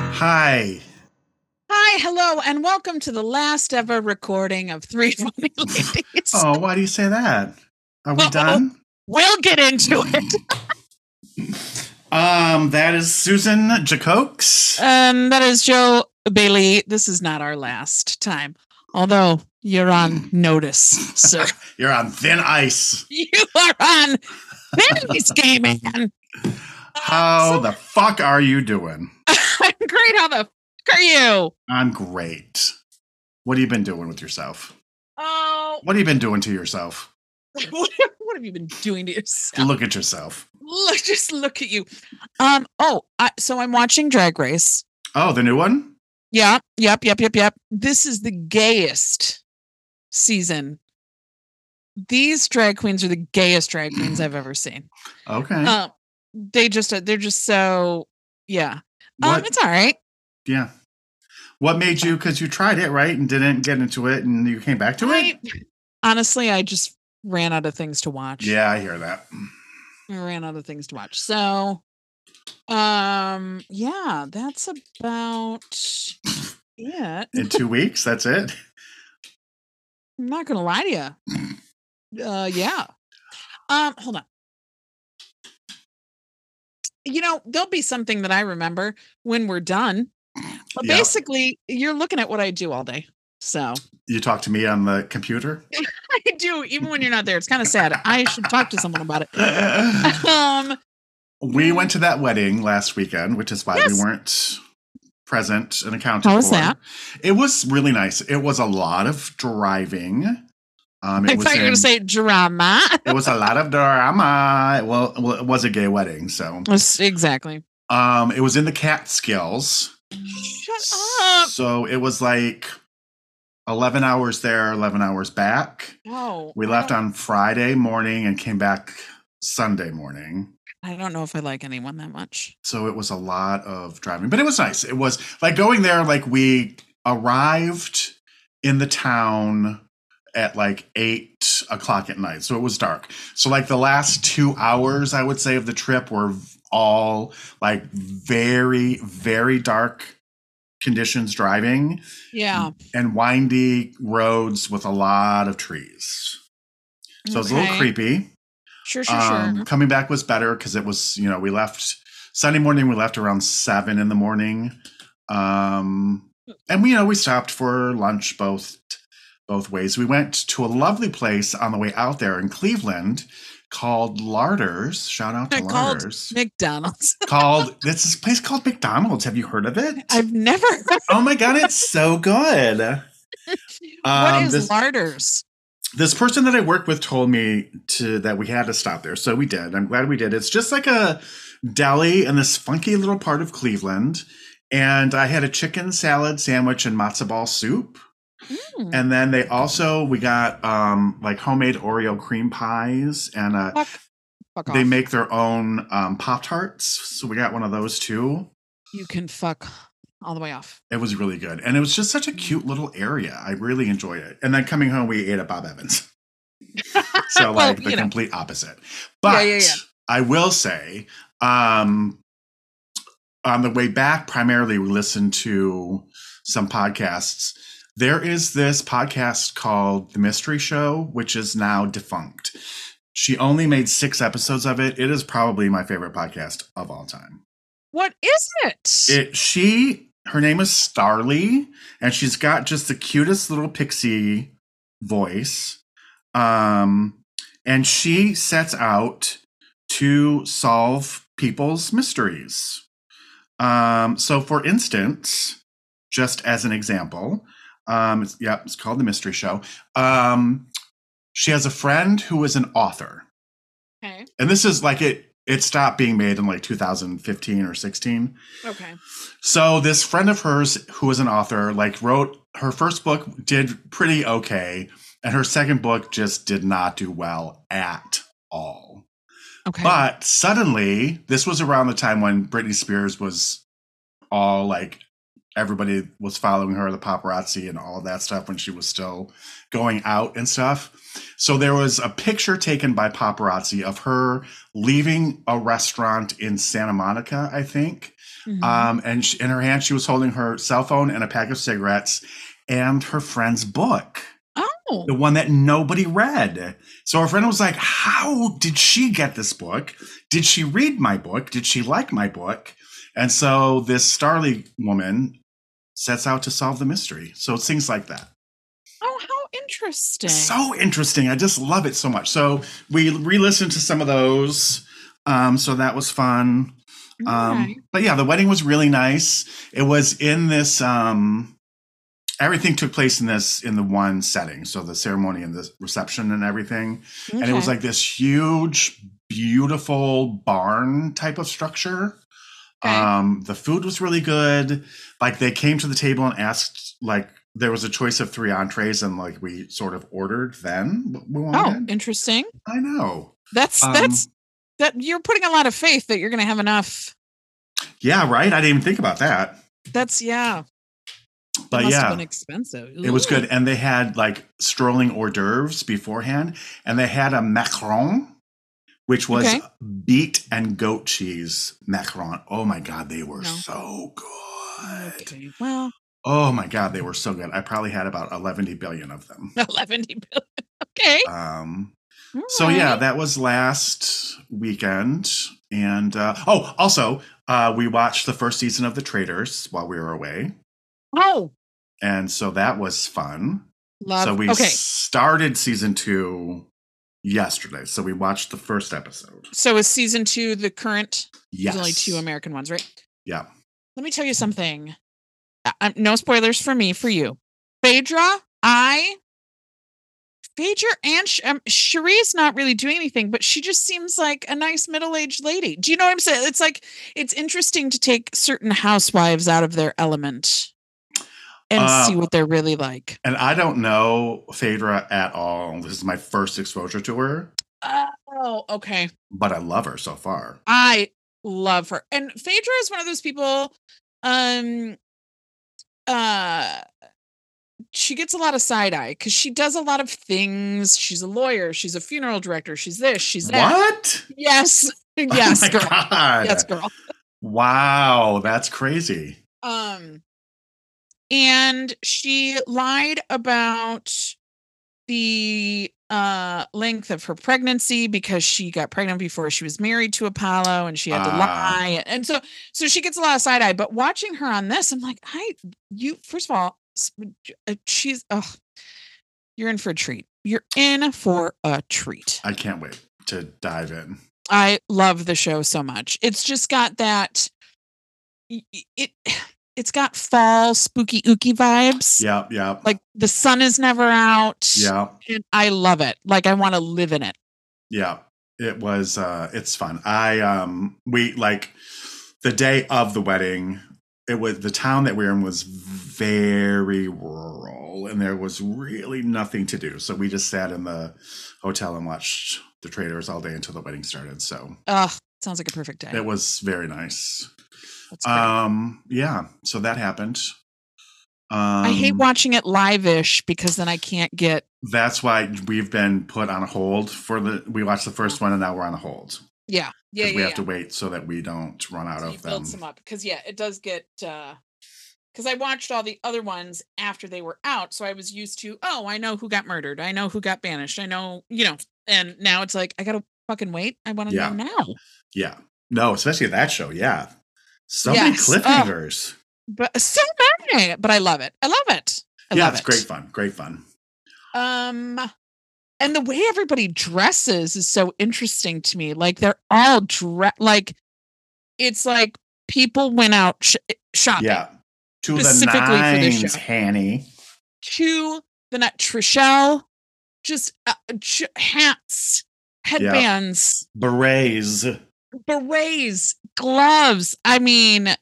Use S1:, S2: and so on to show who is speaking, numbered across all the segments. S1: Hi.
S2: Hi, hello, and welcome to the last ever recording of Three Funny Ladies.
S1: Oh, why do you say that? Are we
S2: Uh-oh.
S1: done?
S2: We'll get into it.
S1: Um, that is Susan Jacokes.
S2: And Um, that is Joe Bailey. This is not our last time, although you're on notice, sir.
S1: You're on thin ice.
S2: you are on this game, man.
S1: How the fuck are you doing?
S2: Uh, I'm great. How the f- are you?
S1: I'm great. What have you been doing with yourself?
S2: Oh,
S1: What have you been doing to yourself?
S2: what have you been doing to yourself?
S1: Look at yourself.
S2: Look, just look at you. Um. Oh, I, so I'm watching Drag Race.
S1: Oh, the new one?
S2: Yeah, yep, yep, yep, yep. This is the gayest season. These drag queens are the gayest drag queens I've ever seen.
S1: Okay.
S2: Um, they just uh, they're just so yeah. Um,
S1: what?
S2: it's all right.
S1: yeah. What made you? Because you tried it, right? And didn't get into it and you came back to it?
S2: I, honestly, I just ran out of things to watch.
S1: Yeah, I hear that.
S2: I ran out of things to watch. So, um, yeah, that's about it.
S1: In two weeks, that's it.
S2: I'm not gonna lie to you. Uh, yeah. Um, hold on. You know, there'll be something that I remember when we're done. But
S1: Yeah.
S2: basically, you're looking at what I do all day. So
S1: You talk to me on the computer?
S2: I do, even when you're not there. It's kind of sad. I should talk to someone about it. Um,
S1: We went to that wedding last weekend, which is why
S2: Yes.
S1: we weren't present and accounted
S2: How
S1: for.
S2: was that?
S1: It was really nice. It was a lot of driving. Um, it
S2: I
S1: was
S2: thought you were
S1: in-
S2: gonna say drama.
S1: it was a lot of drama. Well, well, it was a gay wedding, so
S2: Yes, exactly.
S1: um, it was in the Catskills.
S2: Shut up.
S1: So it was like eleven hours there, eleven hours back.
S2: Oh,
S1: We
S2: I
S1: left
S2: don't-
S1: on Friday morning and came back Sunday morning.
S2: I don't know if I like anyone that much.
S1: so it was a lot of driving but it was nice it was like going there like we arrived in the town at like eight o'clock at night so it was dark so like the last two hours i would say of the trip were v- all like very very dark conditions driving
S2: Yeah.
S1: and windy roads with a lot of trees
S2: Mm,
S1: so it's a little
S2: okay.
S1: creepy
S2: Sure, sure, Uh-huh.
S1: um,
S2: sure.
S1: coming back was better because it was you know we left sunday morning we left around seven in the morning um and we you know we stopped for lunch both both ways we went to a lovely place on the way out there in cleveland called larders shout out to
S2: Called-
S1: larders
S2: McDonald's.
S1: called this is a place called mcdonald's have you heard of it
S2: I've never.
S1: oh my god it's so good
S2: what
S1: Um,
S2: is
S1: this-
S2: larders?
S1: this person that I work with told me to that we had to stop there, so we did. I'm glad we did. It's just like a deli in this funky little part of Cleveland, and I had a chicken salad sandwich and matzo ball soup,
S2: Mm,
S1: and then they also we got um like homemade Oreo cream pies, and uh,
S2: fuck, fuck
S1: they
S2: off.
S1: make their own um, pop tarts, so we got one of those too.
S2: you can fuck all the way off.
S1: It was really good, and it was just such a cute little area. I really enjoyed it. And then coming home, we ate at Bob Evans. so
S2: Well,
S1: like the
S2: you know.
S1: complete opposite.
S2: Yeah,
S1: But
S2: yeah, yeah.
S1: I will say, um, on the way back, primarily we listened to some podcasts. There is this podcast called The Mystery Show, which is now defunct. She only made six episodes of it. It is probably my favorite podcast of all time.
S2: What is it?
S1: It she her name is Starly, and she's got just the cutest little pixie voice. Um, and she sets out to solve people's mysteries. Um, so for instance, just as an example, um, it's, yeah, it's called the Mystery Show. Um, she has a friend who is an author
S2: okay.
S1: and this is like it it stopped being made in like 2015 or 16
S2: Okay.
S1: so this friend of hers who is an author like wrote her first book did pretty okay and her second book just did not do well at all
S2: Okay.
S1: but suddenly this was around the time when britney spears was all like everybody was following her the paparazzi and all that stuff when she was still going out and stuff so there was a picture taken by paparazzi of her leaving a restaurant in santa monica i think
S2: Mhm.
S1: Um, and she, in her hand, she was holding her cell phone and a pack of cigarettes and her friend's book,
S2: oh,
S1: the one that nobody read. So her friend was like, How did she get this book? Did she read my book? Did she like my book? And so this Starly woman sets out to solve the mystery. So it's things like that.
S2: oh, how interesting.
S1: So interesting. I just love it so much. So we re listened to some of those. Um, so that was fun. Um,
S2: Okay.
S1: But yeah, the wedding was really nice. It was in this. Um, everything took place in this in the one setting, so the ceremony and the reception and everything. And it was
S2: Okay.
S1: like this huge, beautiful barn type of structure.
S2: Okay.
S1: Um, the food was really good. Like they came to the table and asked, like there was a choice of three entrees, and like we sort of ordered then what we
S2: oh,
S1: wanted.
S2: interesting.
S1: I know.
S2: That's
S1: Um,
S2: that's that you're putting a lot of faith that you're going to have enough.
S1: Yeah, right. I didn't even think about that.
S2: That's yeah. It
S1: But
S2: must
S1: yeah.
S2: have been expensive.
S1: It was
S2: Ooh.
S1: good. And they had like strolling hors d'oeuvres beforehand. And they had a macaron, which was
S2: Okay.
S1: beet and goat cheese macaron. Oh my God, they were
S2: No.
S1: so good.
S2: Okay. Well,
S1: Oh my God, they were so good. I probably had about 11 billion of them.
S2: 11 billion. Okay.
S1: Um,
S2: All
S1: so yeah,
S2: right.
S1: that was last weekend. And uh, oh, also, uh, we watched the first season of The Traitors while we were away.
S2: oh,
S1: And so that was fun.
S2: love.
S1: So we
S2: Um, okay.
S1: started season two yesterday. So we watched the first episode.
S2: So is season two the current?
S1: Yes.
S2: There's only two American ones, right?
S1: Yeah.
S2: Let me tell you something. I- I'm- no spoilers for me, for you. Phaedra, I. Phaedra and Sh- um, Cherie's not really doing anything, but she just seems like a nice middle aged lady. Do you know what I'm saying? It's like, it's interesting to take certain housewives out of their element and
S1: Uh,
S2: see what they're really like.
S1: And I don't know Phaedra at all. This is my first exposure to her,
S2: Oh, okay.
S1: but I love her so far.
S2: I love her. And Phaedra is one of those people um uh she gets a lot of side eye cuz she does a lot of things. She's a lawyer, she's a funeral director, she's this, she's that.
S1: What?
S2: Yes. Yes,
S1: oh my
S2: girl.
S1: God.
S2: Yes, girl.
S1: Wow, that's crazy.
S2: Um and she lied about the uh length of her pregnancy because she got pregnant before she was married to Apollo and she had to
S1: Ah.
S2: lie and so so she gets a lot of side eye but watching her on this I'm like I you first of all s- uh, she's oh you're in for a treat you're in for a treat
S1: I can't wait to dive in.
S2: I love the show so much it's just got that y- y- it it's got fall spooky ooky vibes
S1: Yep, yep.
S2: like the sun is never out
S1: yep,
S2: and I love it like I want to live in it
S1: yep. It was uh it's fun. I um we like the day of the wedding, it was the town that we were in was very rural and there was really nothing to do. So we just sat in the hotel and watched the traders all day until the wedding started. So
S2: Ugh, sounds like a perfect day.
S1: it was very nice.
S2: That's great.
S1: Um yeah, so that happened. Um
S2: I hate watching it live-ish because then I can't get.
S1: that's why we've been put on hold for the we watched the first one and now we're on a hold.
S2: Yeah, yeah,
S1: 'Cause
S2: yeah.
S1: we have
S2: yeah.
S1: to wait so that we don't run out
S2: So you
S1: of them.
S2: build some up because yeah, it does get. uh Because I watched all the other ones after they were out, so I was used to. Oh, I know who got murdered. I know who got banished. I know you know. And now it's like I gotta fucking wait. I want to
S1: Yeah.
S2: know now.
S1: Yeah. No, especially that show. Yeah. So many
S2: Yes. Oh.
S1: cliffhangers.
S2: But so many. But I love it. I love it. I
S1: yeah,
S2: love
S1: it's
S2: it.
S1: great fun. Great fun.
S2: Um, and the way everybody dresses is so interesting to me. Like they're all dre- like it's like people went out sh- eh, shopping
S1: Yeah. To the
S2: Specifically for this
S1: nines,
S2: show.
S1: Hanny.
S2: to the night. Trishelle, just uh, ch- hats, headbands,
S1: Berets. Well,
S2: berets, gloves. I mean,
S1: you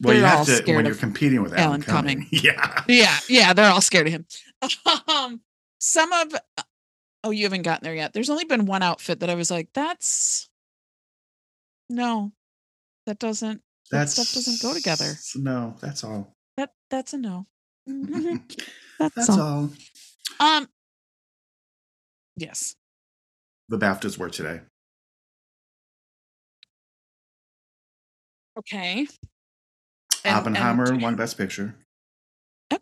S2: They're all
S1: have to
S2: scared
S1: when you're
S2: of
S1: competing with Alan,
S2: Alan
S1: Cumming.
S2: Cumming.
S1: Yeah.
S2: yeah, yeah, they're all scared of him. Um, some of oh, you haven't gotten there yet. There's only been one outfit that I was like, that's no, that doesn't That
S1: That's
S2: stuff doesn't go together.
S1: No, that's all.
S2: that that's a no. Mhm.
S1: that's
S2: that's, all.
S1: all
S2: Um, yes,
S1: the BAFTAs were today.
S2: okay. And- and-
S1: Oppenheimer won Best Picture.
S2: okay.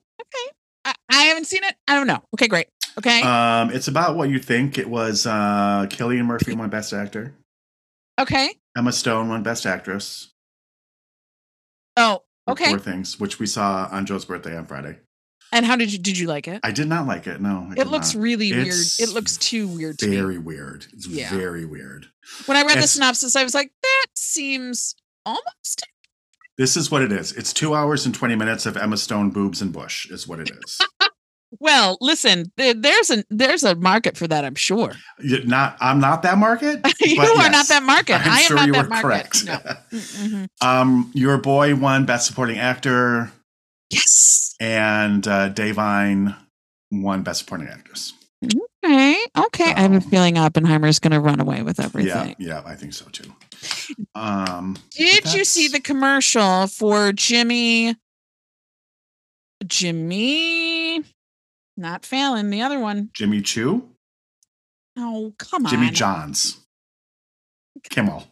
S2: I, I haven't seen it. I don't know. Okay, great. Okay.
S1: Um, it's about what you think. It was uh, Killian Murphy won Best Actor.
S2: okay.
S1: Emma Stone won Best Actress.
S2: Oh,
S1: for
S2: okay.
S1: Poor Things, which we saw on Joe's birthday on Friday.
S2: And how did you did you like it?
S1: I did not like it. No, I
S2: It
S1: did
S2: looks
S1: not.
S2: really
S1: It's
S2: weird. It looks too weird to me.
S1: very weird. It's
S2: Yeah.
S1: very weird.
S2: When I read the
S1: it's-
S2: synopsis, I was like, that seems almost
S1: This is what it is. It's two hours and twenty minutes of Emma Stone boobs and bush is what it is.
S2: well. Listen, there, there's a there's a market for that, I'm sure.
S1: You're not I'm not that market.
S2: you
S1: but
S2: are
S1: yes,
S2: not that market.
S1: I'm
S2: I am
S1: sure
S2: not
S1: you
S2: that
S1: were
S2: market.
S1: correct.
S2: No. Mm-hmm. Mm-mm.
S1: um, your boy won Best Supporting Actor,
S2: Yes.
S1: and uh, Davine won Best Supporting Actress.
S2: Okay. Okay. I have a
S1: So-
S2: feeling Oppenheimer is going to run away with everything.
S1: Yeah, yeah, I think so too. Um,
S2: Did you
S1: that's-
S2: see the commercial for Jimmy? Jimmy, not Fallon, the other one.
S1: Jimmy Choo,
S2: Oh, come on.
S1: Jimmy Johns, Kimmel.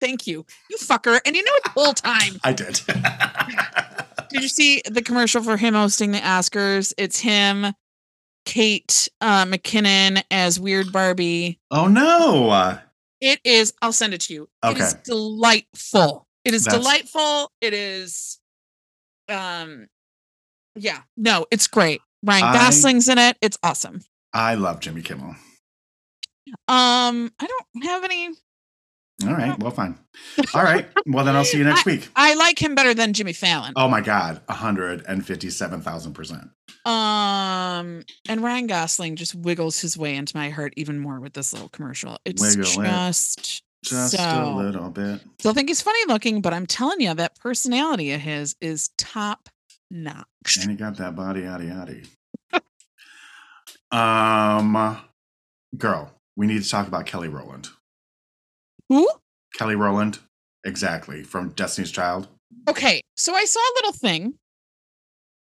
S2: Thank you. You fucker. And you know it the whole time.
S1: I did.
S2: Did you see the commercial for him hosting the Oscars? It's him, Kate uh, McKinnon as Weird Barbie.
S1: oh no!
S2: It is, I'll send it to you. It is
S1: Okay.
S2: delightful. It is
S1: That's-
S2: delightful. It is um yeah. No, it's great. Ryan
S1: I-
S2: Gosling's in it. It's awesome.
S1: I love Jimmy Kimmel.
S2: Um, I don't have any
S1: All right, well, fine. All right, well then I'll see you next week.
S2: I like him better than Jimmy Fallon.
S1: Oh my God, hundred and fifty-seven thousand percent.
S2: Um and Ryan Gosling just wiggles his way into my heart even more with this little commercial. It's
S1: Wiggle it.
S2: just
S1: Just a
S2: So-
S1: little bit.
S2: Still think he's funny looking, but I'm telling you, that personality of his is top notch.
S1: And he got that body, yada yada. um, girl, we need to talk about Kelly Rowland.
S2: Who?
S1: Kelly Rowland, exactly from Destiny's Child.
S2: Okay, so I saw a little thing.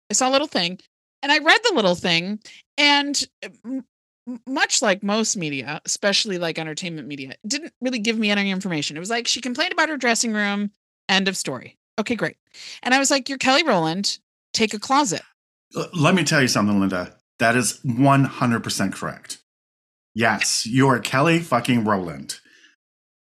S2: I saw a little thing, and I read the little thing, and uh, m- m- much like most media, especially like entertainment media, it didn't really give me any information. It was like she complained about her dressing room. End of story. Okay, great. And I was like, "You're Kelly Rowland. Take a closet."
S1: L- let me tell you something, Linda. That is one hundred percent correct. Yes, you are Kelly fucking Rowland,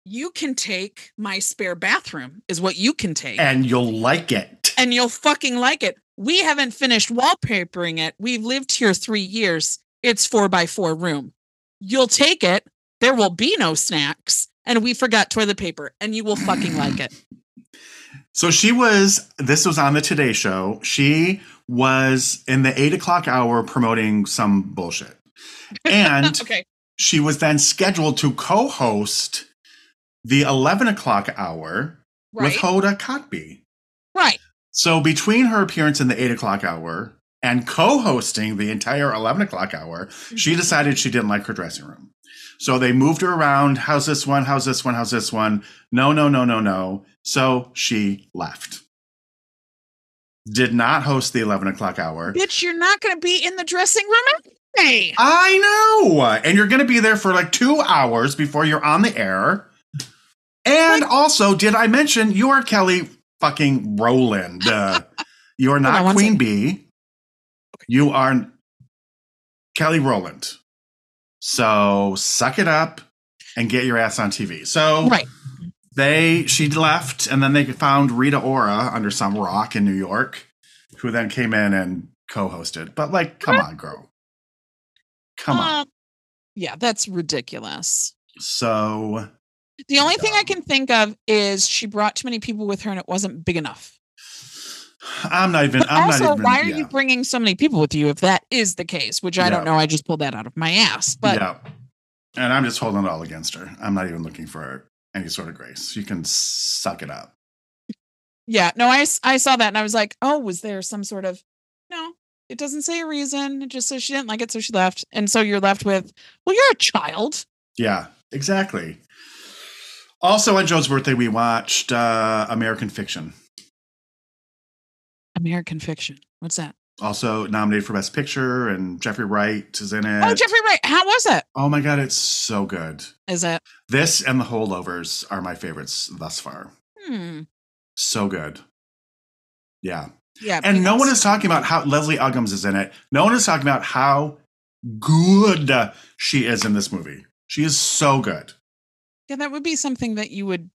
S2: You can take my spare bathroom, is what you can take.
S1: and you'll like it.
S2: and you'll fucking like it. We haven't finished wallpapering it. We've lived here three years. It's four by four room. You'll take it. There will be no snacks. And we forgot toilet paper, and you will fucking like it.
S1: So she was, this was on the Today Show. She was in the eight o'clock hour promoting some bullshit. And
S2: Okay.
S1: she was then scheduled to co host the 11 o'clock hour
S2: Right.
S1: with Hoda Kotb.
S2: right.
S1: So between her appearance in the eight o'clock hour and co hosting the entire 11 o'clock hour, she
S2: Mm-hmm.
S1: decided she didn't like her dressing room. So they moved her around. How's this one? How's this one? How's this one? No, no, no, no, no. So she left. Did not host the 11 o'clock hour.
S2: Bitch, you're not going to be in the dressing room anyway.
S1: I know. And you're going to be there for like two hours before you're on the air. And also, did I mention you are Kelly fucking Rowland? Uh, you're
S2: on
S1: not
S2: one
S1: Queen
S2: second.
S1: Bee. You are Kelly Rowland. So suck it up and get your ass on TV. So
S2: Right.
S1: they she left and then they found Rita Ora under some rock in New York, who then came in and co-hosted. But like, come on, girl. Come on.
S2: Um, yeah, that's ridiculous.
S1: So
S2: The only thing I
S1: dumb.
S2: can think of is she brought too many people with her and it wasn't big enough.
S1: I'm not even
S2: But
S1: I'm
S2: also,
S1: not even
S2: why are
S1: yeah,
S2: you bringing so many people with you if that is the case? Which I
S1: Yeah.
S2: don't know. I just pulled that out of my ass. But
S1: yeah. And I'm just holding it all against her. I'm not even looking for any sort of grace. You can suck it up.
S2: yeah, no, I, s- I saw that and I was like, oh, was there some sort of no? It doesn't say a reason. It just says she didn't like it, so she left. And so you're left with, well, you're a child.
S1: Yeah, exactly. Also on Joe's birthday, we watched uh American Fiction.
S2: American Fiction. What's that?
S1: Also nominated for Best Picture, and Jeffrey Wright is in it.
S2: Oh, Jeffrey Wright. How was it?
S1: Oh my god, it's so good.
S2: Is it?
S1: This and the holdovers are my favorites thus far.
S2: Hmm.
S1: So good. Yeah.
S2: Yeah.
S1: And no
S2: because-
S1: one is talking about how Leslie Uggams is in it. No one is talking about how good she is in this movie. She is so good.
S2: Yeah, that would be something that you would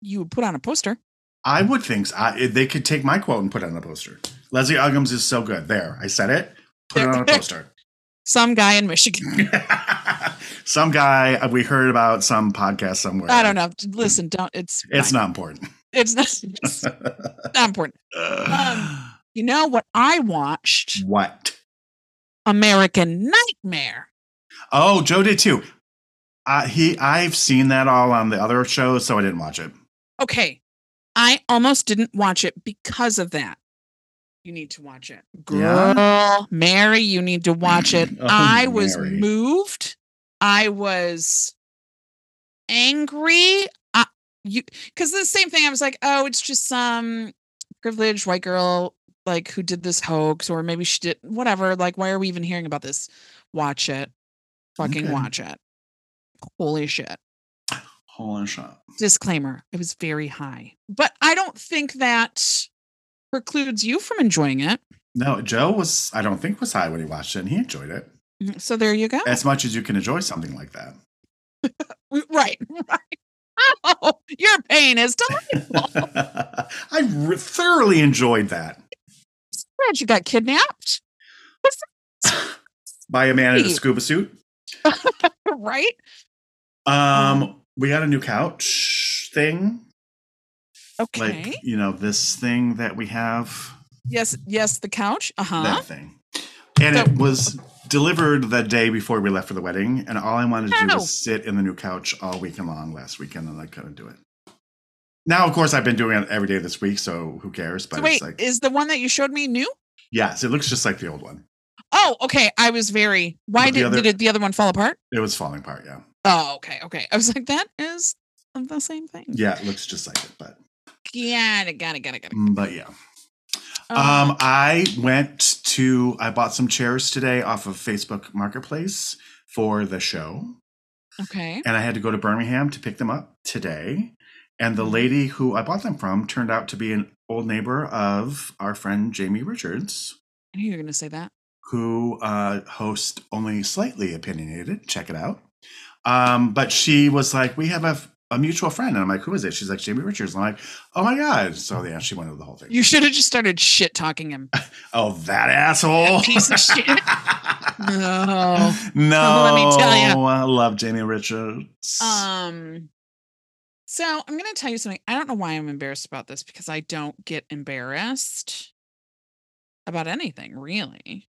S2: you would put on a poster.
S1: I would think so. I, they could take my quote and put it on the poster. Leslie Uggams is so good. There, I said it. Put it on a poster.
S2: Some guy in Michigan.
S1: some guy uh, we heard about some podcast somewhere.
S2: I don't know. Listen, don't. It's
S1: It's
S2: fine.
S1: not important.
S2: It's not. It's not important. Um, You know what I watched?
S1: what?
S2: American Nightmare.
S1: Oh, Joe did too. Uh, he, I've seen that all on the other shows, so I didn't watch it.
S2: Okay, I almost didn't watch it because of that. You need to watch it,
S1: Yeah?
S2: girl, Mary. You need to watch it.
S1: Oh,
S2: I was
S1: Mary.
S2: moved. I was angry. I, you because the same thing. I was like, oh, it's just some privileged white girl like who did this hoax, or maybe she did whatever. Like, why are we even hearing about this? Watch it. Fucking
S1: Okay.
S2: watch it. Holy shit
S1: Holy shit.
S2: disclaimer it was very high but i don't think that precludes you from enjoying it
S1: No, Joe was, I don't think, was high when he watched it, and he enjoyed it
S2: Mm, so there you go
S1: as much as you can enjoy something like that.
S2: right right oh your pain is delighted
S1: I re- thoroughly enjoyed that
S2: you got kidnapped
S1: by a man in a
S2: Hey.
S1: scuba suit.
S2: right Mm-hmm.
S1: Um, we got a new couch thing,
S2: okay
S1: like you know this thing that we have,
S2: yes yes the couch uh-huh
S1: that thing, and
S2: So-
S1: it was delivered the day before we left for the wedding. And all I wanted to do
S2: Oh.
S1: was sit in the new couch all weekend long last weekend, and I couldn't do it. Now, of course, I've been doing it every day this week, so who cares? But
S2: so wait
S1: it's like,
S2: is the one that you showed me new
S1: yes, it looks just like the old one.
S2: oh okay i was very why
S1: But the
S2: did,
S1: other-
S2: did it, the other one fall apart
S1: It was falling apart. Yeah,
S2: oh okay okay i was like that is the same thing
S1: yeah, it looks just like it, but mm,
S2: got it got it got it got it
S1: but yeah.
S2: Oh,
S1: Um, I went to I bought some chairs today off of Facebook Marketplace for the show,
S2: Oh, okay
S1: and I had to go to Birmingham to pick them up today. And the
S2: Mm-hmm.
S1: lady who I bought them from turned out to be an old neighbor of our friend Jamie Richards,
S2: i knew you were gonna say that
S1: who uh, hosts only slightly opinionated. Check it out. Um, but she was like, "We have a, a mutual friend," and I'm like, "Who is it?" She's like, "Jamie Richards." And I'm like, "Oh my god!" So yeah, she went over the whole thing.
S2: You should have just started shit talking him.
S1: Oh, that asshole.
S2: That piece of shit. No.
S1: no.
S2: Let me tell ya.
S1: I love Jamie Richards.
S2: Um. So I'm gonna tell you something. I don't know why I'm embarrassed about this because I don't get embarrassed about anything really.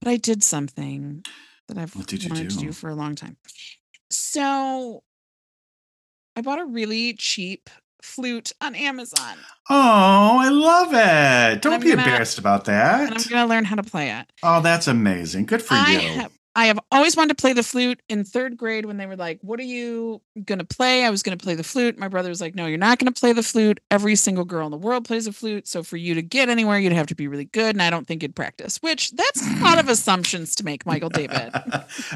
S2: But I did something that I've
S1: What did you
S2: wanted to
S1: do?
S2: do for a long time. So I bought a really cheap flute on Amazon.
S1: oh, I love it. Don't
S2: I'm
S1: be
S2: gonna-
S1: embarrassed about that.
S2: And I'm gonna learn how to play it.
S1: oh, that's amazing. Good for
S2: I
S1: you.
S2: Have, I have always wanted to play the flute in third grade when they were like, What are you going to play? I was going to play the flute. My brother was like, No, you're not going to play the flute. Every single girl in the world plays a flute. So for you to get anywhere, you'd have to be really good. And I don't think you'd practice, which that's a lot of assumptions to make, Michael David.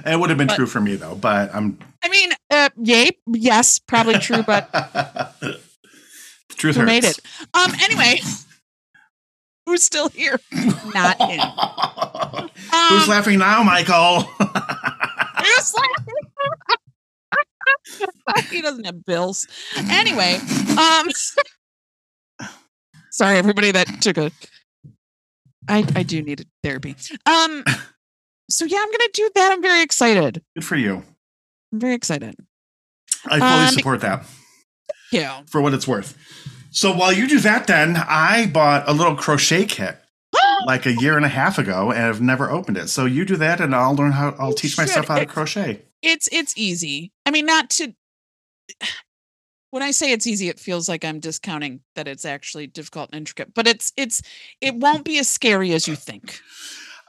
S1: it would have been
S2: But-
S1: true for me, though, but I'm.
S2: I mean, uh, yay, yes, probably true, but
S1: the truth
S2: who
S1: hurts.
S2: made it? Um, anyway, who's still here? Not him.
S1: Who's
S2: Um,
S1: laughing now, Michael?
S2: Who's laughing? he doesn't have bills. anyway, um sorry everybody that took a I I do need a therapy. Um so yeah, I'm gonna do that. I'm very excited.
S1: Good for you.
S2: I'm very excited.
S1: I fully
S2: Um,
S1: support that.
S2: Yeah.
S1: for what it's worth. So while you do that, then I bought a little crochet kit like a year and a half ago, and I've never opened it. So you do that, and I'll learn how. I'll
S2: You
S1: teach myself
S2: should.
S1: how to
S2: It's-
S1: crochet.
S2: it's it's easy. I mean, not to when I say it's easy, it feels like I'm discounting that it's actually difficult and intricate. But it's it's it won't be as scary as you think.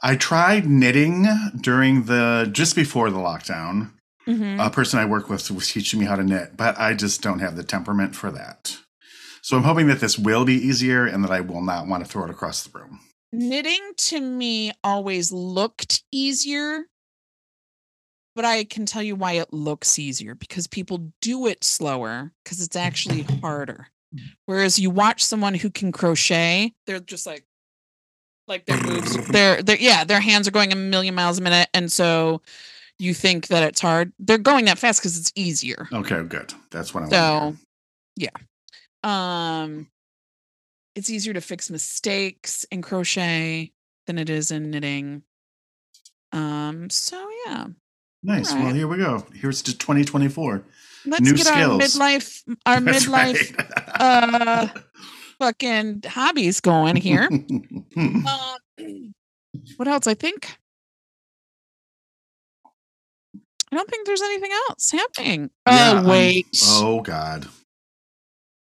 S1: I tried knitting during the just before the lockdown.
S2: Mhm.
S1: A person I work with was teaching me how to knit, but I just don't have the temperament for that. So I'm hoping that this will be easier, and that I will not want to throw it across the room.
S2: knitting to me always looked easier but i can tell you why it looks easier because people do it slower because it's actually harder Whereas you watch someone who can crochet, they're just like like their moves their their yeah, their hands are going a million miles a minute and so you think that it's hard. They're going that fast cuz it's easier.
S1: Okay, good. That's what I
S2: So,
S1: want.
S2: Um it's easier to fix mistakes in crochet than it is in knitting. Um so yeah.
S1: Nice.
S2: alright.
S1: Well, here we go. Here's to 2024.
S2: Let's
S1: New
S2: get our
S1: skills.
S2: midlife our
S1: That's
S2: midlife
S1: right.
S2: uh fucking hobbies going here. Uh, what else? I think. I don't think there's anything else happening.
S1: Yeah, I'm-
S2: oh wait,
S1: oh God.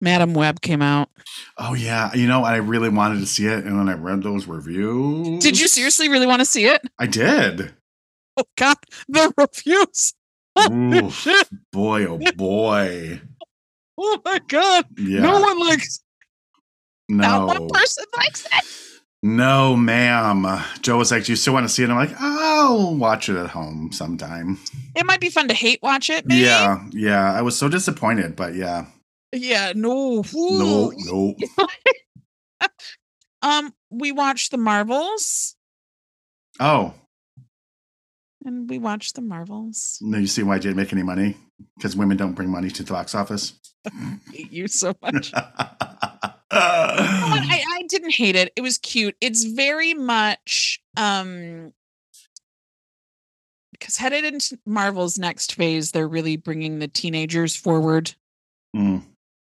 S2: Madam Web came out.
S1: Oh yeah. You know, I really wanted to see it, and when I read those reviews,
S2: Did you seriously really want to see it?
S1: I did.
S2: Oh God, the reviews.
S1: Ooh, boy, oh boy.
S2: Oh my God,
S1: Yeah.
S2: no one likes. Not
S1: No,
S2: one person likes it.
S1: no, ma'am. Joe was like, "Do you still want to see it?" I'm like, "I'll watch it at home sometime."
S2: It might be fun to hate watch it. Maybe?
S1: Yeah, yeah. I was so disappointed, but yeah,
S2: Yeah. No.
S1: no,
S2: Ooh.
S1: no.
S2: Um, we watched the Marvels,
S1: Oh,
S2: and we watched the Marvels.
S1: no. You see why I didn't make any money? Because women don't bring money to the box office.
S2: I hate you so much. You know what?
S1: I
S2: I, I didn't hate it. It was cute. It's very much um because headed into Marvel's next phase, they're really bringing the teenagers forward.
S1: Mm,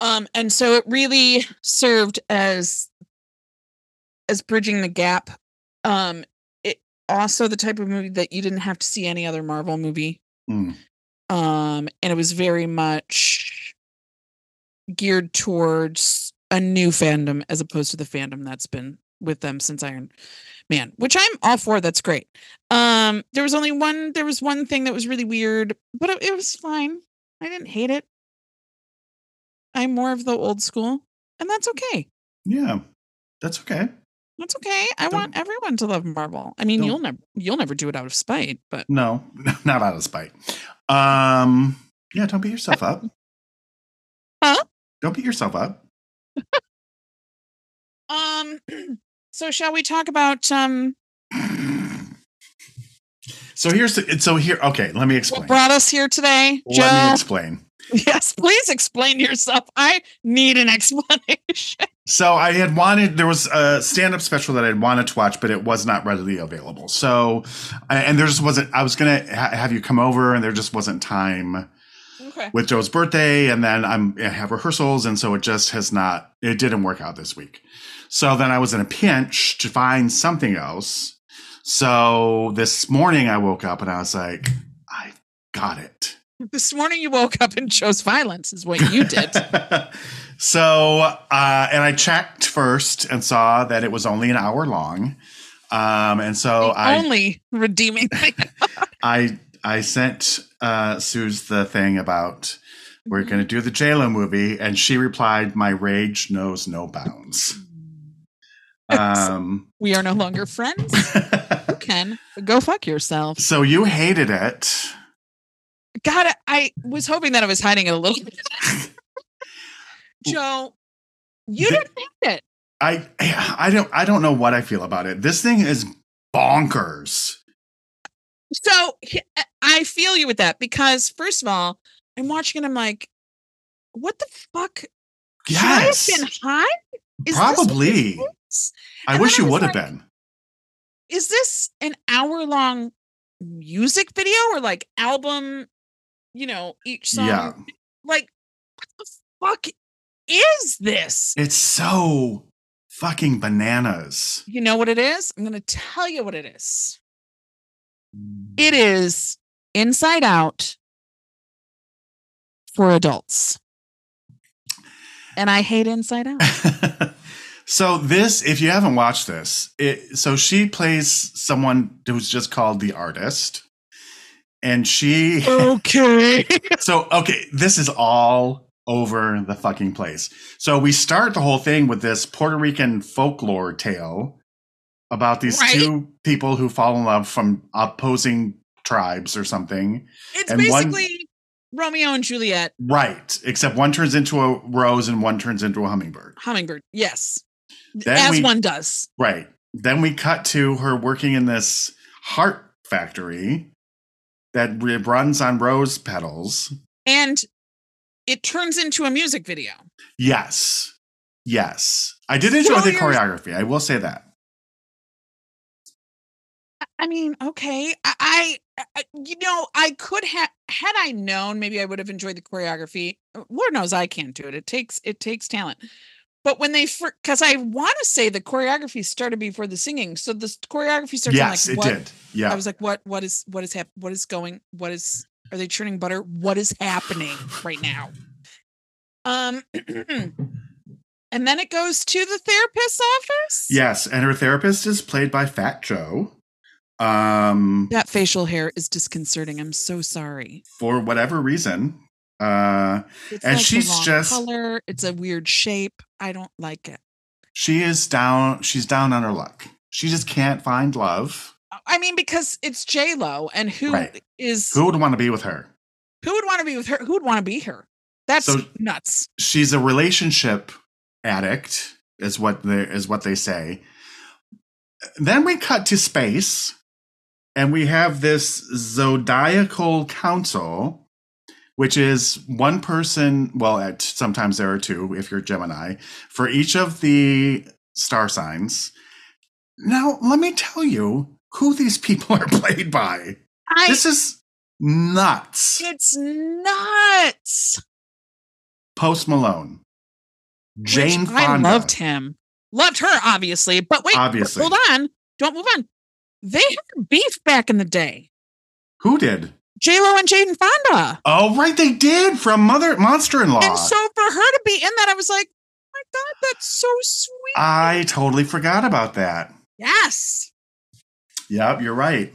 S2: Um, and so it really served as as bridging the gap. Um, it also the type of movie that you didn't have to see any other Marvel movie.
S1: Mm.
S2: Um, and it was very much geared towards a new fandom as opposed to the fandom that's been with them since Iron Man, which I'm all for. That's great. Um, there was only one. There was one thing that was really weird, but it, it was fine. I didn't hate it. I'm more of the old school, and that's okay.
S1: Yeah, that's okay.
S2: That's okay. I
S1: Don't-
S2: want everyone to love Marvel. I mean,
S1: Don't-
S2: you'll never you'll never do it out of spite, but
S1: No, not out of spite. Um, yeah, don't beat yourself up.
S2: Huh?
S1: Don't beat yourself up.
S2: um. So shall we talk about um
S1: So here's the, so here. Okay, let me explain.
S2: what brought us here today,
S1: Let me
S2: Joe?
S1: explain.
S2: Yes, please explain yourself. I need an explanation.
S1: So I had wanted there was a stand-up special that I had wanted to watch, but it was not readily available. So, I- and there just wasn't. I was gonna ha- have you come over, and there just wasn't time
S2: Okay.
S1: with Joe's birthday, and then I'm I have rehearsals, and so it just has not. It didn't work out this week. So then I was in a pinch to find something else. So this morning I woke up and I was like, I got it.
S2: This morning you woke up and chose violence, is what you did.
S1: so, uh, and I checked first and saw that it was only an hour long. Um, and so
S2: the
S1: I,
S2: only redeeming thing.
S1: I, I sent uh, Suze the thing about we're
S2: Mm-hmm.
S1: going to do the JLo movie, and she replied, "My rage knows no bounds." Um,
S2: We are no longer friends. Ken, go fuck yourself.
S1: so you hated it.
S2: God, I was hoping that I was hiding it a little bit. Joe, you
S1: The-
S2: didn't hate it.
S1: I, I don't, I don't know what I feel about it. This thing is bonkers.
S2: So he- uh, I feel you with that because, first of all, I'm watching it. I'm like, what the fuck? Should I have
S1: Yes,
S2: been high? Is this what
S1: probably.
S2: this is?
S1: I
S2: And
S1: wish
S2: then
S1: you
S2: I was
S1: would have
S2: like-
S1: been.
S2: Is this an hour long music video or like album? You know, each song.
S1: Yeah,
S2: Like, what the fuck is this?
S1: it's so fucking bananas.
S2: You know what it is? I'm going to tell you what it is. It is Inside Out for adults. And I hate Inside Out.
S1: so this, if you haven't watched this, it, so she plays someone who's just called the artist, and she.
S2: okay.
S1: so okay, this is all over the fucking place. So we start the whole thing with this Puerto Rican folklore tale about these
S2: Right.
S1: two people who fall in love from opposing tribes or something.
S2: It's
S1: And one-
S2: basically Romeo and Juliet
S1: Right. Except one turns into a rose and one turns into a hummingbird.
S2: hummingbird. Yes.
S1: Then
S2: As
S1: we-
S2: one does.
S1: Right. Then we cut to her working in this heart factory that re- runs on rose petals.
S2: And it turns into a music video.
S1: Yes. Yes. I did enjoy the
S2: Failures.
S1: choreography. I will say that.
S2: I mean, okay. I, I, I you know, I could have had I known, maybe I would have enjoyed the choreography. Uh, Lord knows I can't do it. It takes it takes talent. But when they first, because I want to say the choreography started before the singing, so the s- choreography starts. I'm
S1: yes,
S2: like,
S1: it
S2: what?
S1: did. Yeah.
S2: I was like, what? What is? What is hap- What is going? What is? Are they churning butter? What is happening right now? Um, and then it goes to the therapist's office.
S1: yes. And her therapist is played by Fat Joe. Um,
S2: That facial hair is disconcerting. I'm so sorry.
S1: for whatever reason. Uh,
S2: It's
S1: And
S2: like the
S1: she's
S2: wrong
S1: just-
S2: color. It's a weird shape. I don't like it.
S1: she is down. She's down on her luck. She just can't find love.
S2: I mean, because it's J Lo, and who is
S1: Right. Who would want to be with her?
S2: who would want to be with her? Who would want to be her? That's
S1: So-
S2: nuts.
S1: she's a relationship addict is what they is what they say then we cut to space and we have this zodiacal council which is one person well at sometimes there are two if you're gemini for each of the star signs now let me tell you who these people are played by
S2: I
S1: this is nuts
S2: it's nuts.
S1: post malone
S2: Which
S1: jane fonda
S2: I loved him. Loved her, obviously. But wait,
S1: obviously
S2: hold on. Don't move on. They had beef back in the day.
S1: Who did?
S2: J Lo and Jaden Fonda.
S1: Oh, right, they did from Mother Monster in Law.
S2: And so for her to be in that, I was like, my God, that's so sweet.
S1: I totally forgot about that.
S2: yes.
S1: Yep, you're right.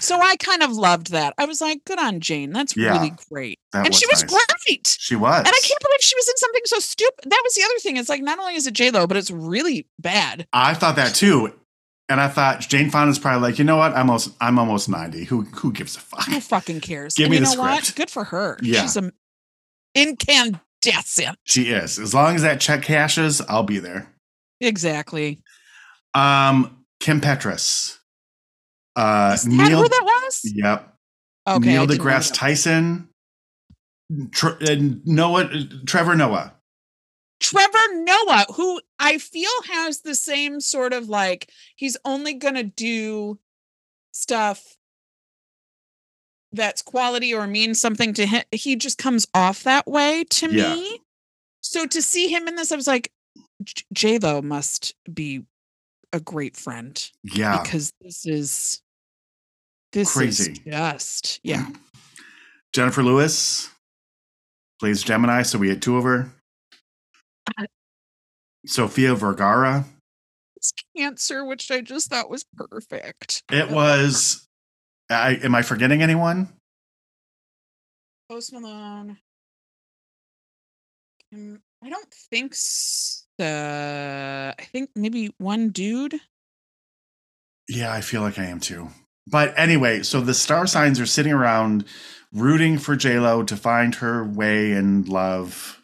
S2: So I kind of loved that. I was like, good on Jane. That's
S1: Yeah,
S2: really great.
S1: That
S2: and she was
S1: nice.
S2: great.
S1: She was.
S2: And I can't believe she was in something so stupid. That was the other thing. It's like not only is it J Lo, but it's really bad.
S1: I thought that too, and I thought Jane Fonda's probably like, you know what? I'm almost, I'm almost ninety. Who, who gives a fuck?
S2: Who fucking cares?
S1: Give
S2: and
S1: me
S2: you
S1: the
S2: know what?
S1: script.
S2: Good for her.
S1: Yeah.
S2: She's a incandescent.
S1: She is. As long as that check cashes, I'll be there.
S2: Exactly.
S1: Um, Kim Petras. Uh,
S2: is that
S1: Neil.
S2: who that was?
S1: Yep.
S2: Okay. I
S1: Neil
S2: didn't know
S1: deGrasse
S2: that.
S1: Tyson. Tr- and Noah. Trevor Noah.
S2: Trevor Noah, who I feel has the same sort of like, he's only going to do stuff that's quality or means something to him. He just comes off that way to
S1: Yeah.
S2: me. So to see him in this, I was like, J- J Lo must be a great friend
S1: Yeah.
S2: because this is this
S1: Crazy.
S2: is just yeah.
S1: Jennifer Lewis plays Gemini, so we had two of her. Sophia Vergara.
S2: It's cancer, which I just thought was perfect.
S1: It was. I am I forgetting anyone?
S2: Post Malone. Um, I don't think so. I think maybe one dude.
S1: Yeah, I feel like I am too. But anyway, so the star signs are sitting around rooting for Lo to find her way in love.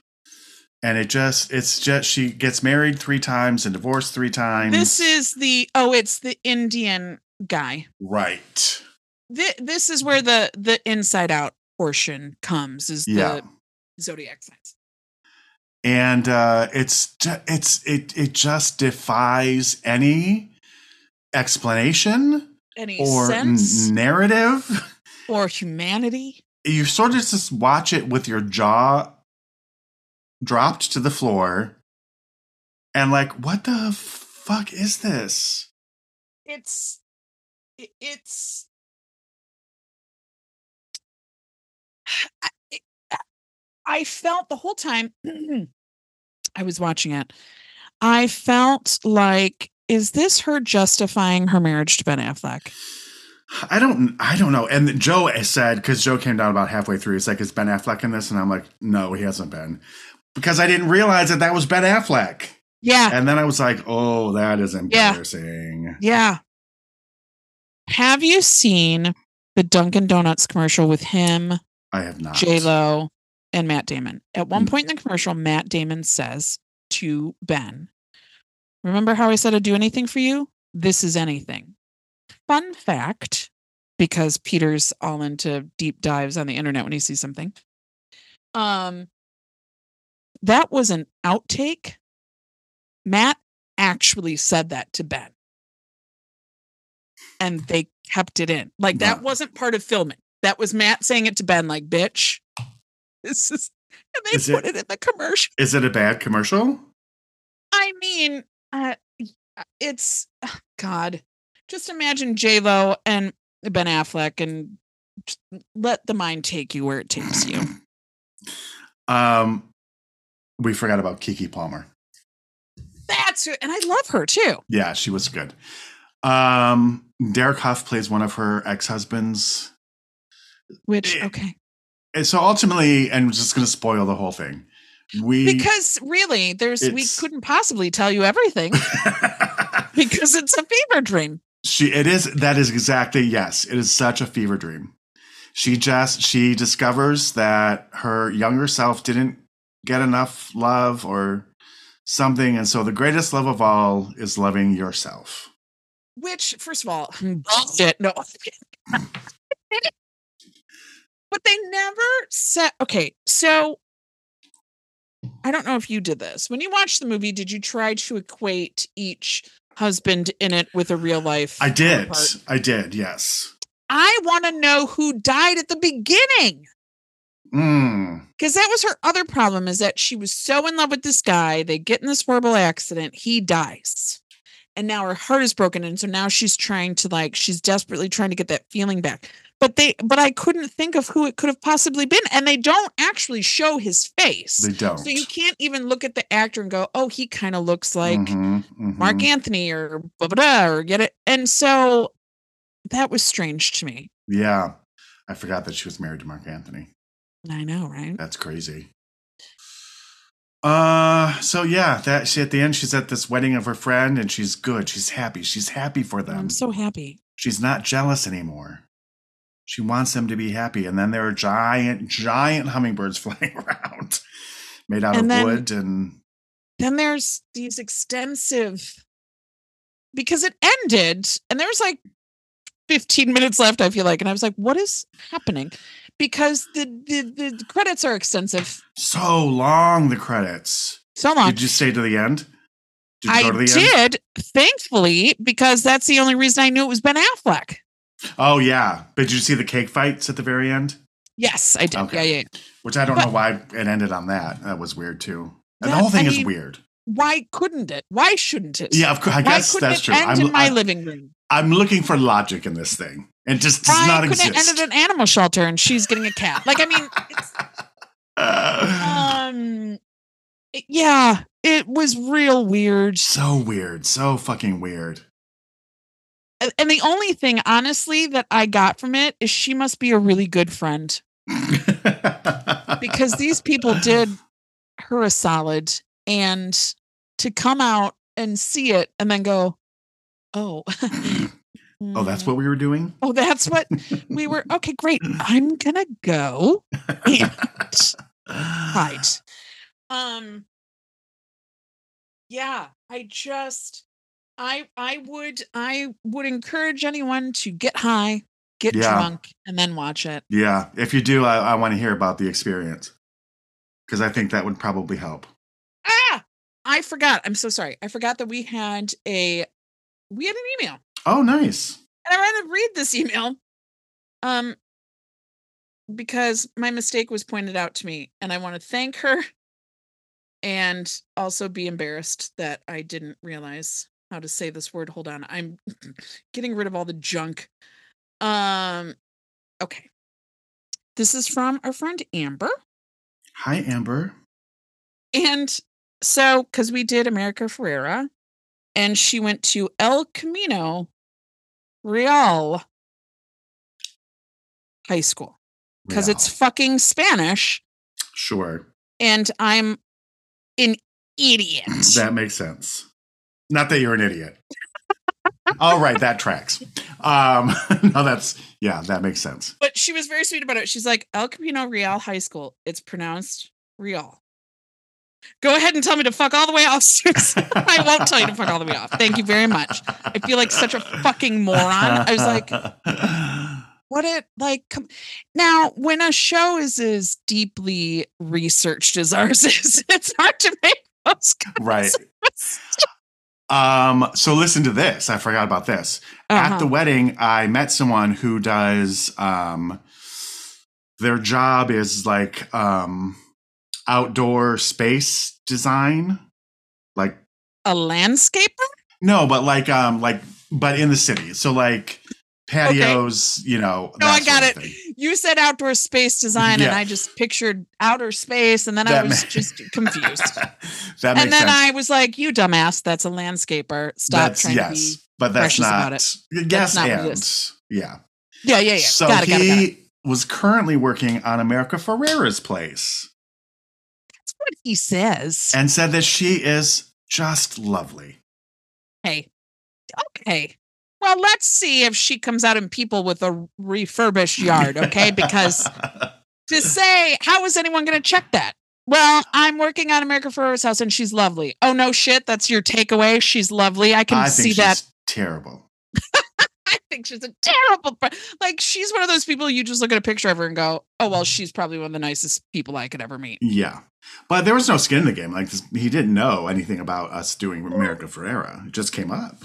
S1: And it just it's just she gets married three times and divorced three times.
S2: This is the oh, it's the Indian guy.
S1: right.
S2: This, this is where the the inside out portion comes is
S1: Mm-hmm. Yeah.
S2: the zodiac signs.
S1: and uh, it's ju- it's it it just defies any explanation
S2: Any
S1: or mm-hmm. n-
S2: sense
S1: narrative.
S2: or humanity?
S1: You sort of just watch it with your jaw dropped to the floor, and like, what the fuck is this?
S2: It's i- it's I- it- I felt the whole time I was watching it, I felt like, is this her justifying her marriage to Ben Affleck?
S1: I don't, I don't know. And Joe said because Joe came down about halfway through. It's like, is Ben Affleck in this? And I'm like, no, he hasn't been, because I didn't realize that that was Ben Affleck.
S2: Yeah.
S1: And then I was like, oh, that is
S2: Yeah.
S1: embarrassing.
S2: Yeah. Have you seen the Dunkin' Donuts commercial with him
S1: I have not.
S2: J Lo, and Matt Damon. At one point in the commercial, Matt Damon says to Ben, Remember how I said I'd do anything for you? This is anything. Fun fact, because Peter's all into deep dives on the internet when he sees something. Um that was an outtake. Matt actually said that to Ben. And they kept it in. Like that
S1: Wow.
S2: wasn't part of filming. That was Matt saying it to Ben, like, bitch, this is and they
S1: Is it-
S2: put it in the commercial.
S1: Is it a bad commercial?
S2: I mean, uh, it's ugh, God. Just imagine J Lo and Ben Affleck, and just let the mind take you where it takes you.
S1: Um, we forgot about Kiki Palmer.
S2: That's who, and I love her too.
S1: Yeah, she was good. Um, Derek Huff plays one of her ex-husbands.
S2: Which
S1: Eh.
S2: okay,
S1: And so ultimately, and I'm just going to spoil the whole thing. We
S2: because really, there's we
S1: mm. It's-
S2: couldn't possibly tell you everything because it's a fever dream.
S1: she it is that is exactly yes. It is such a fever dream. She just she discovers that her younger self didn't get enough love or something, and so the greatest love of all is loving yourself.
S2: Which, first of all, bullshit. No, but they never said. Okay, so I don't know if you did this when you watched the movie. Did you try to equate each husband in it with a real life?
S1: I did.
S2: counterpart?
S1: I did. Yes.
S2: I want to know who died at the beginning
S1: Mm.
S2: because that was her other problem. Is that she was so in love with this guy, they get in this horrible accident, he dies. and now her heart is broken and so now she's trying to like she's desperately trying to get that feeling back but they but i couldn't think of who it could have possibly been and they don't actually show his face
S1: They don't.
S2: so you can't even look at the actor and go oh he kind of looks like
S1: Mhm, mhm.
S2: mark anthony or blah, blah blah or get it and so that was strange to me
S1: Yeah. I forgot that she was married to Mark Anthony.
S2: i know right
S1: That's crazy. Uh so yeah, that she at the end she's at this wedding of her friend and she's good. She's happy. She's happy for them.
S2: i'm so happy
S1: she's not jealous anymore. She wants them to be happy. And then there are giant, giant hummingbirds flying around made out
S2: And
S1: of
S2: then-
S1: wood and
S2: then there's these extensive because it ended and there was like 15 minutes left i feel like and i was like what is happening because the the, the credits are extensive
S1: so long the credits.
S2: so long
S1: Did you stay to the end? Did you
S2: i
S1: go to the end?
S2: did thankfully because that's the only reason i knew it was ben affleck
S1: Oh yeah. But did you see the cake fights at the very end?
S2: yes i did
S1: Okay.
S2: yeah yeah yeah.
S1: Which I don't
S2: But-
S1: know why it ended on that. That was weird too. And
S2: That-
S1: the whole thing
S2: I
S1: is
S2: mean,
S1: weird.
S2: why couldn't it why shouldn't it
S1: Yeah, of course. I
S2: why
S1: guess
S2: couldn't
S1: that's
S2: it
S1: true.
S2: end in
S1: I'm,
S2: my
S1: I,
S2: living room
S1: am looking for logic in this thing. It just does
S2: why
S1: not
S2: couldn't
S1: exist.
S2: it end at an animal shelter and she's getting a cat like i mean it's
S1: Uh,
S2: um it- yeah it was real weird
S1: so weird. So fucking weird.
S2: A- and the only thing honestly that i got from it is she must be a really good friend because these people did her a solid and to come out and see it and then go oh
S1: oh, that's
S2: mm,
S1: what we were doing?
S2: oh that's what we were okay great i'm gonna go and right um yeah i just i i would i would encourage anyone to get high get
S1: Yeah.
S2: drunk and then watch it
S1: Yeah. If you do, I, I want to hear about the experience because I think that would probably help.
S2: ah i forgot i'm so sorry i forgot that we had a we had an email
S1: Oh, nice.
S2: and i rather read this email um because my mistake was pointed out to me and i want to thank her and also be embarrassed that i didn't realize how to say this word hold on i'm getting rid of all the junk um okay this is from our friend amber
S1: Hi, Amber.
S2: and so, because we did America Ferrera, and she went to El Camino Real High School because it's
S1: Real.
S2: fucking Spanish,
S1: sure.
S2: and I'm an idiot.
S1: That makes sense. Not that you're an idiot. All right, that tracks. Um, no, that's yeah, that makes sense.
S2: But she was very sweet about it. She's like, El Camino Real High School. It's pronounced Real. Go ahead and tell me to fuck all the way off. Susan. I won't tell you to fuck all the way off. Thank you very much. I feel like such a fucking moron. I was like, what it like com- now when a show is as deeply researched as ours is, it's hard to make those kinds
S1: right.
S2: of mistakes.
S1: Um, so listen to this. I forgot about this. At
S2: Uh-huh.
S1: the wedding, I met someone who does um their job is like um outdoor space design. Like
S2: a landscaper?
S1: no, but like um like but in the city. So like patios, you know.
S2: No,
S1: that
S2: I
S1: sort
S2: got
S1: of
S2: it.
S1: thing.
S2: You said outdoor space design, and
S1: Yeah.
S2: I just pictured outer space, and then I
S1: That
S2: was
S1: ma-
S2: just confused.
S1: that makes
S2: and then
S1: sense.
S2: I was like, "You dumbass, that's a landscaper. Stop
S1: that's
S2: trying
S1: yes,
S2: to
S1: but that's
S2: precious
S1: not.
S2: about
S1: Yes,
S2: That's not what it
S1: and yeah.
S2: be." Yeah, yeah, yeah.
S1: So
S2: got it,
S1: he
S2: got it, got it.
S1: was currently working on America Ferrera's place
S2: That's what he says.
S1: and said that she is just lovely.
S2: Hey, okay. Well, let's see if she comes out in people with a refurbished yard, okay? Because to say, how is anyone going to check that? Well, I'm working on America Ferrera's house, and she's lovely. Oh no, shit! That's your takeaway. She's lovely. I can
S1: I
S2: see
S1: think
S2: that
S1: she's terrible.
S2: I think she's a terrible per- like she's one of those people you just look at a picture of her and go, "Oh well, she's probably one of the nicest people I could ever meet."
S1: Yeah. But there was no skin in the game. Like this, he didn't know anything about us doing America Ferrera. It just came up.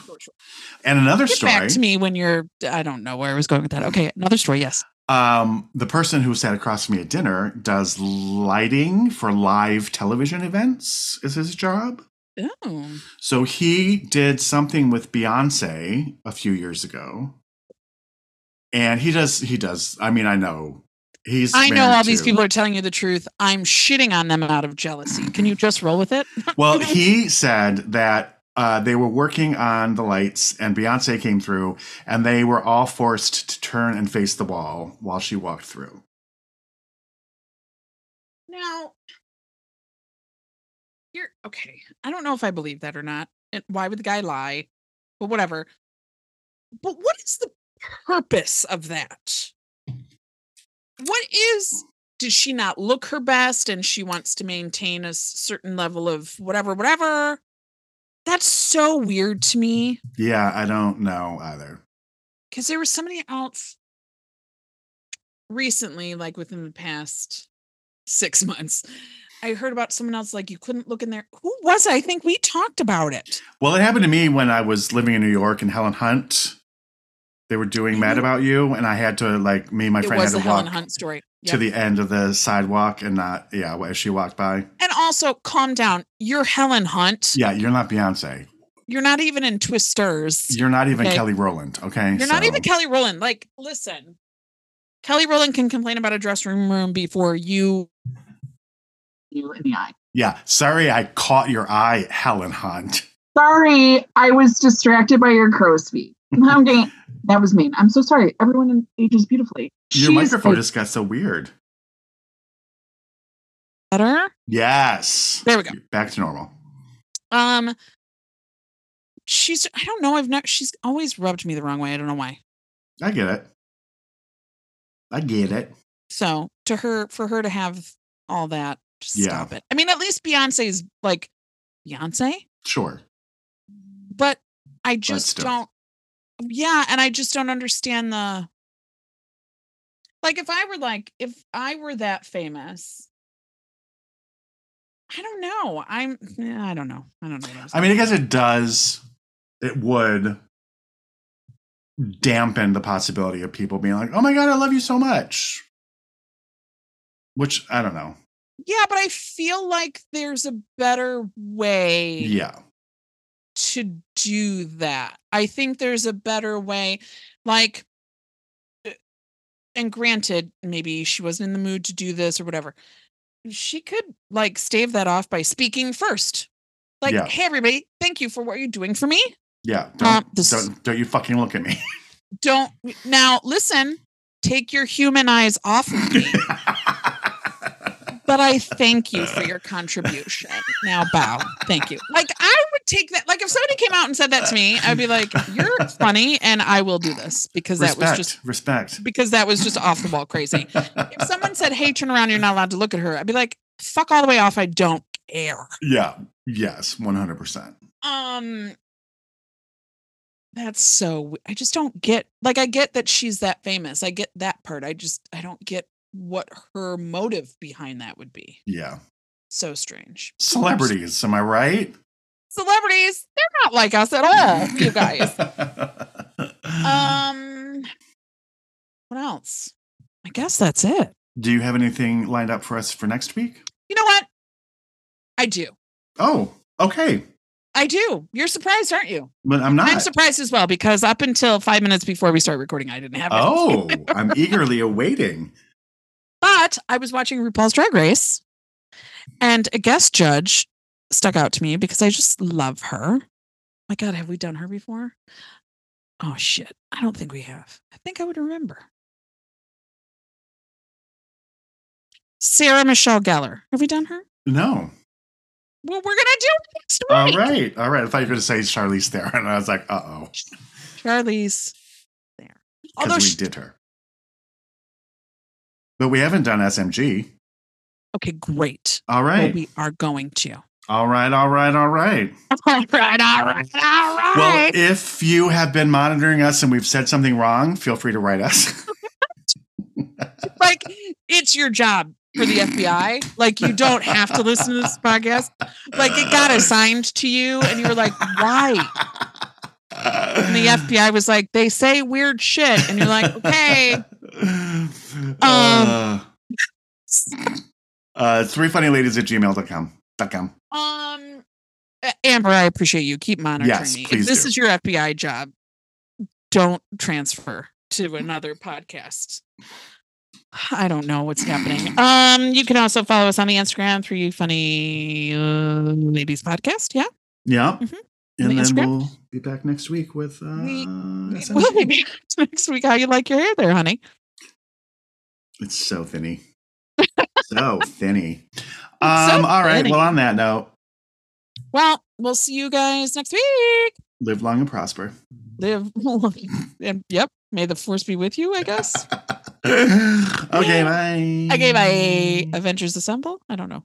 S1: And another
S2: Get
S1: story.
S2: back to me when you're I don't know where I was going with that. Okay, another story, yes.
S1: um, the person who sat across from me at dinner does lighting for live television events is his job.
S2: Oh.
S1: So he did something with Beyonce a few years ago. And he does he does I mean I know he's
S2: I know
S1: married
S2: all these
S1: to-
S2: people are telling you the truth. I'm shitting on them out of jealousy. Can you just roll with it?
S1: Well, he said that uh, they were working on the lights and Beyonce came through and they were all forced to turn and face the wall while she walked through.
S2: Now, you're okay. I don't know if I believe that or not. And why would the guy lie? But whatever. But what is the purpose of that? What is did she not look her best and she wants to maintain a s- certain level of whatever whatever? That's so weird to me
S1: Yeah, I don't know either.
S2: because there was somebody else recently, like within the past six months, I heard about someone else like you couldn't look in there. Who was it? I think we talked about it.
S1: Well, it happened to me when I was living in New York and Helen Hunt. They were doing Mad
S2: Mhm.
S1: About You, and I had to like me and my
S2: it
S1: friend had
S2: was
S1: to
S2: the
S1: walk
S2: Helen Hunt story. Yep.
S1: to the end of the sidewalk and not yeah as she walked by
S2: and also, calm down. You're Helen Hunt.
S1: yeah you're not beyonce
S2: You're not even in Twisters.
S1: you're not even
S2: Okay.
S1: kelly rowland okay
S2: You're not
S1: So-
S2: even Kelly Rowland. Like, listen, Kelly Rowland can complain about a dressing room room before you. You in the eye.
S1: yeah sorry i caught your eye helen hunt
S3: Sorry, I was distracted by your crow's feet. I'm getting, that was mean. I'm so sorry. Everyone ages beautifully.
S1: your
S3: She's
S1: microphone
S3: like-
S1: just got so weird
S2: Better.
S1: yes
S2: There we go.
S1: back to normal
S2: Um, she's I don't know. I've not. She's always rubbed me the wrong way. I don't know why.
S1: i get it i get it
S2: So to her, for her to have all that, just
S1: Yeah.
S2: stop it. I mean, at least Beyonce's like Beyonce,
S1: sure
S2: but I just
S1: still.
S2: don't. Yeah, and I just don't understand the. Like, if I were like, if I were that famous. I don't know. I'm. yeah, I don't know. I don't know. What I, was
S1: i mean i guess it does it would dampen the possibility of people being like oh my god i love you so much which i don't know
S2: Yeah, but I feel like there's a better way
S1: yeah
S2: to do that. I think there's a better way. Like, uh, and granted, maybe she wasn't in the mood to do this or whatever. She could like stave that off by speaking first. Like,
S1: Yeah.
S2: hey, everybody, thank you for what you're doing for me.
S1: Yeah. Don't,
S2: Um, this-
S1: don't, don't you fucking look at me.
S2: Don't now listen, take your human eyes off of me. but I thank you for your contribution. Now bow. Thank you. Like I would take that. Like if somebody came out and said that to me, I'd be like, "You're funny," and I will do this because
S1: respect,
S2: that was just
S1: respect.
S2: because that was just off the wall crazy. If someone said, "Hey, turn around. You're not allowed to look at her," I'd be like, "Fuck all the way off. I don't care."
S1: yeah. Yes. One hundred percent.
S2: Um. That's so. w- I just don't get. Like, I get that she's that famous. I get that part. I just I don't get what her motive behind that would be.
S1: Yeah.
S2: So strange.
S1: Celebrities. Am I right?
S2: celebrities they're not like us at all you guys um what else i guess that's it
S1: Do you have anything lined up for us for next week?
S2: you know what i do
S1: Oh, okay.
S2: i do you're surprised aren't you
S1: But I'm not.
S2: i'm surprised as well because up until five minutes before we start recording i didn't have it
S1: oh, I'm eagerly awaiting.
S2: but i was watching rupaul's drag race and a guest judge stuck out to me because i just love her Oh my god have we done her before oh shit i don't think we have i think i would remember sarah michelle gellar have we done her
S1: No.
S2: well we're gonna do it next week
S1: All right. All right. I thought you were going to say Charlize Theron. And I was like, uh oh.
S2: charlie's there although
S1: Because we
S2: she,
S1: did her. But we haven't done SMG.
S2: okay great
S1: All
S2: Well,
S1: right.
S2: we are going to
S1: All right. All right. All right.
S2: all right all right all right
S1: Well, if you have been monitoring us and we've said something wrong, feel free to write us.
S2: like it's your job for the FBI. Like you don't have to listen to this podcast. Like it got assigned to you, and you were like, why? And the FBI was like, they say weird shit, and you're like, okay. Um,
S1: Uh, uh, three funny ladies at gmail.com. Dot com.
S2: Um, A- Amber, I appreciate you. Keep monitoring
S1: Yes,
S2: me. If
S1: please
S2: this
S1: do.
S2: is your FBI job, don't transfer to another podcast. I don't know what's happening. Um, you can also follow us on the Instagram through You Funny uh, Ladies Podcast. Yeah.
S1: Yeah.
S2: Mhm.
S1: And
S2: And
S1: then
S2: Instagram.
S1: we'll be back next week with. Uh,
S2: We-
S1: SMG.
S2: We'll be back next week. How you like your hair there, honey?
S1: It's so thinny. so thinny.
S2: so
S1: Um, all right.
S2: thinny.
S1: Well, on that note,
S2: Well, we'll see you guys next week.
S1: live long and prosper.
S2: Live and yep, may the force be with you, I guess.
S1: okay, bye.
S2: Okay, bye. Avengers Assemble? I don't know.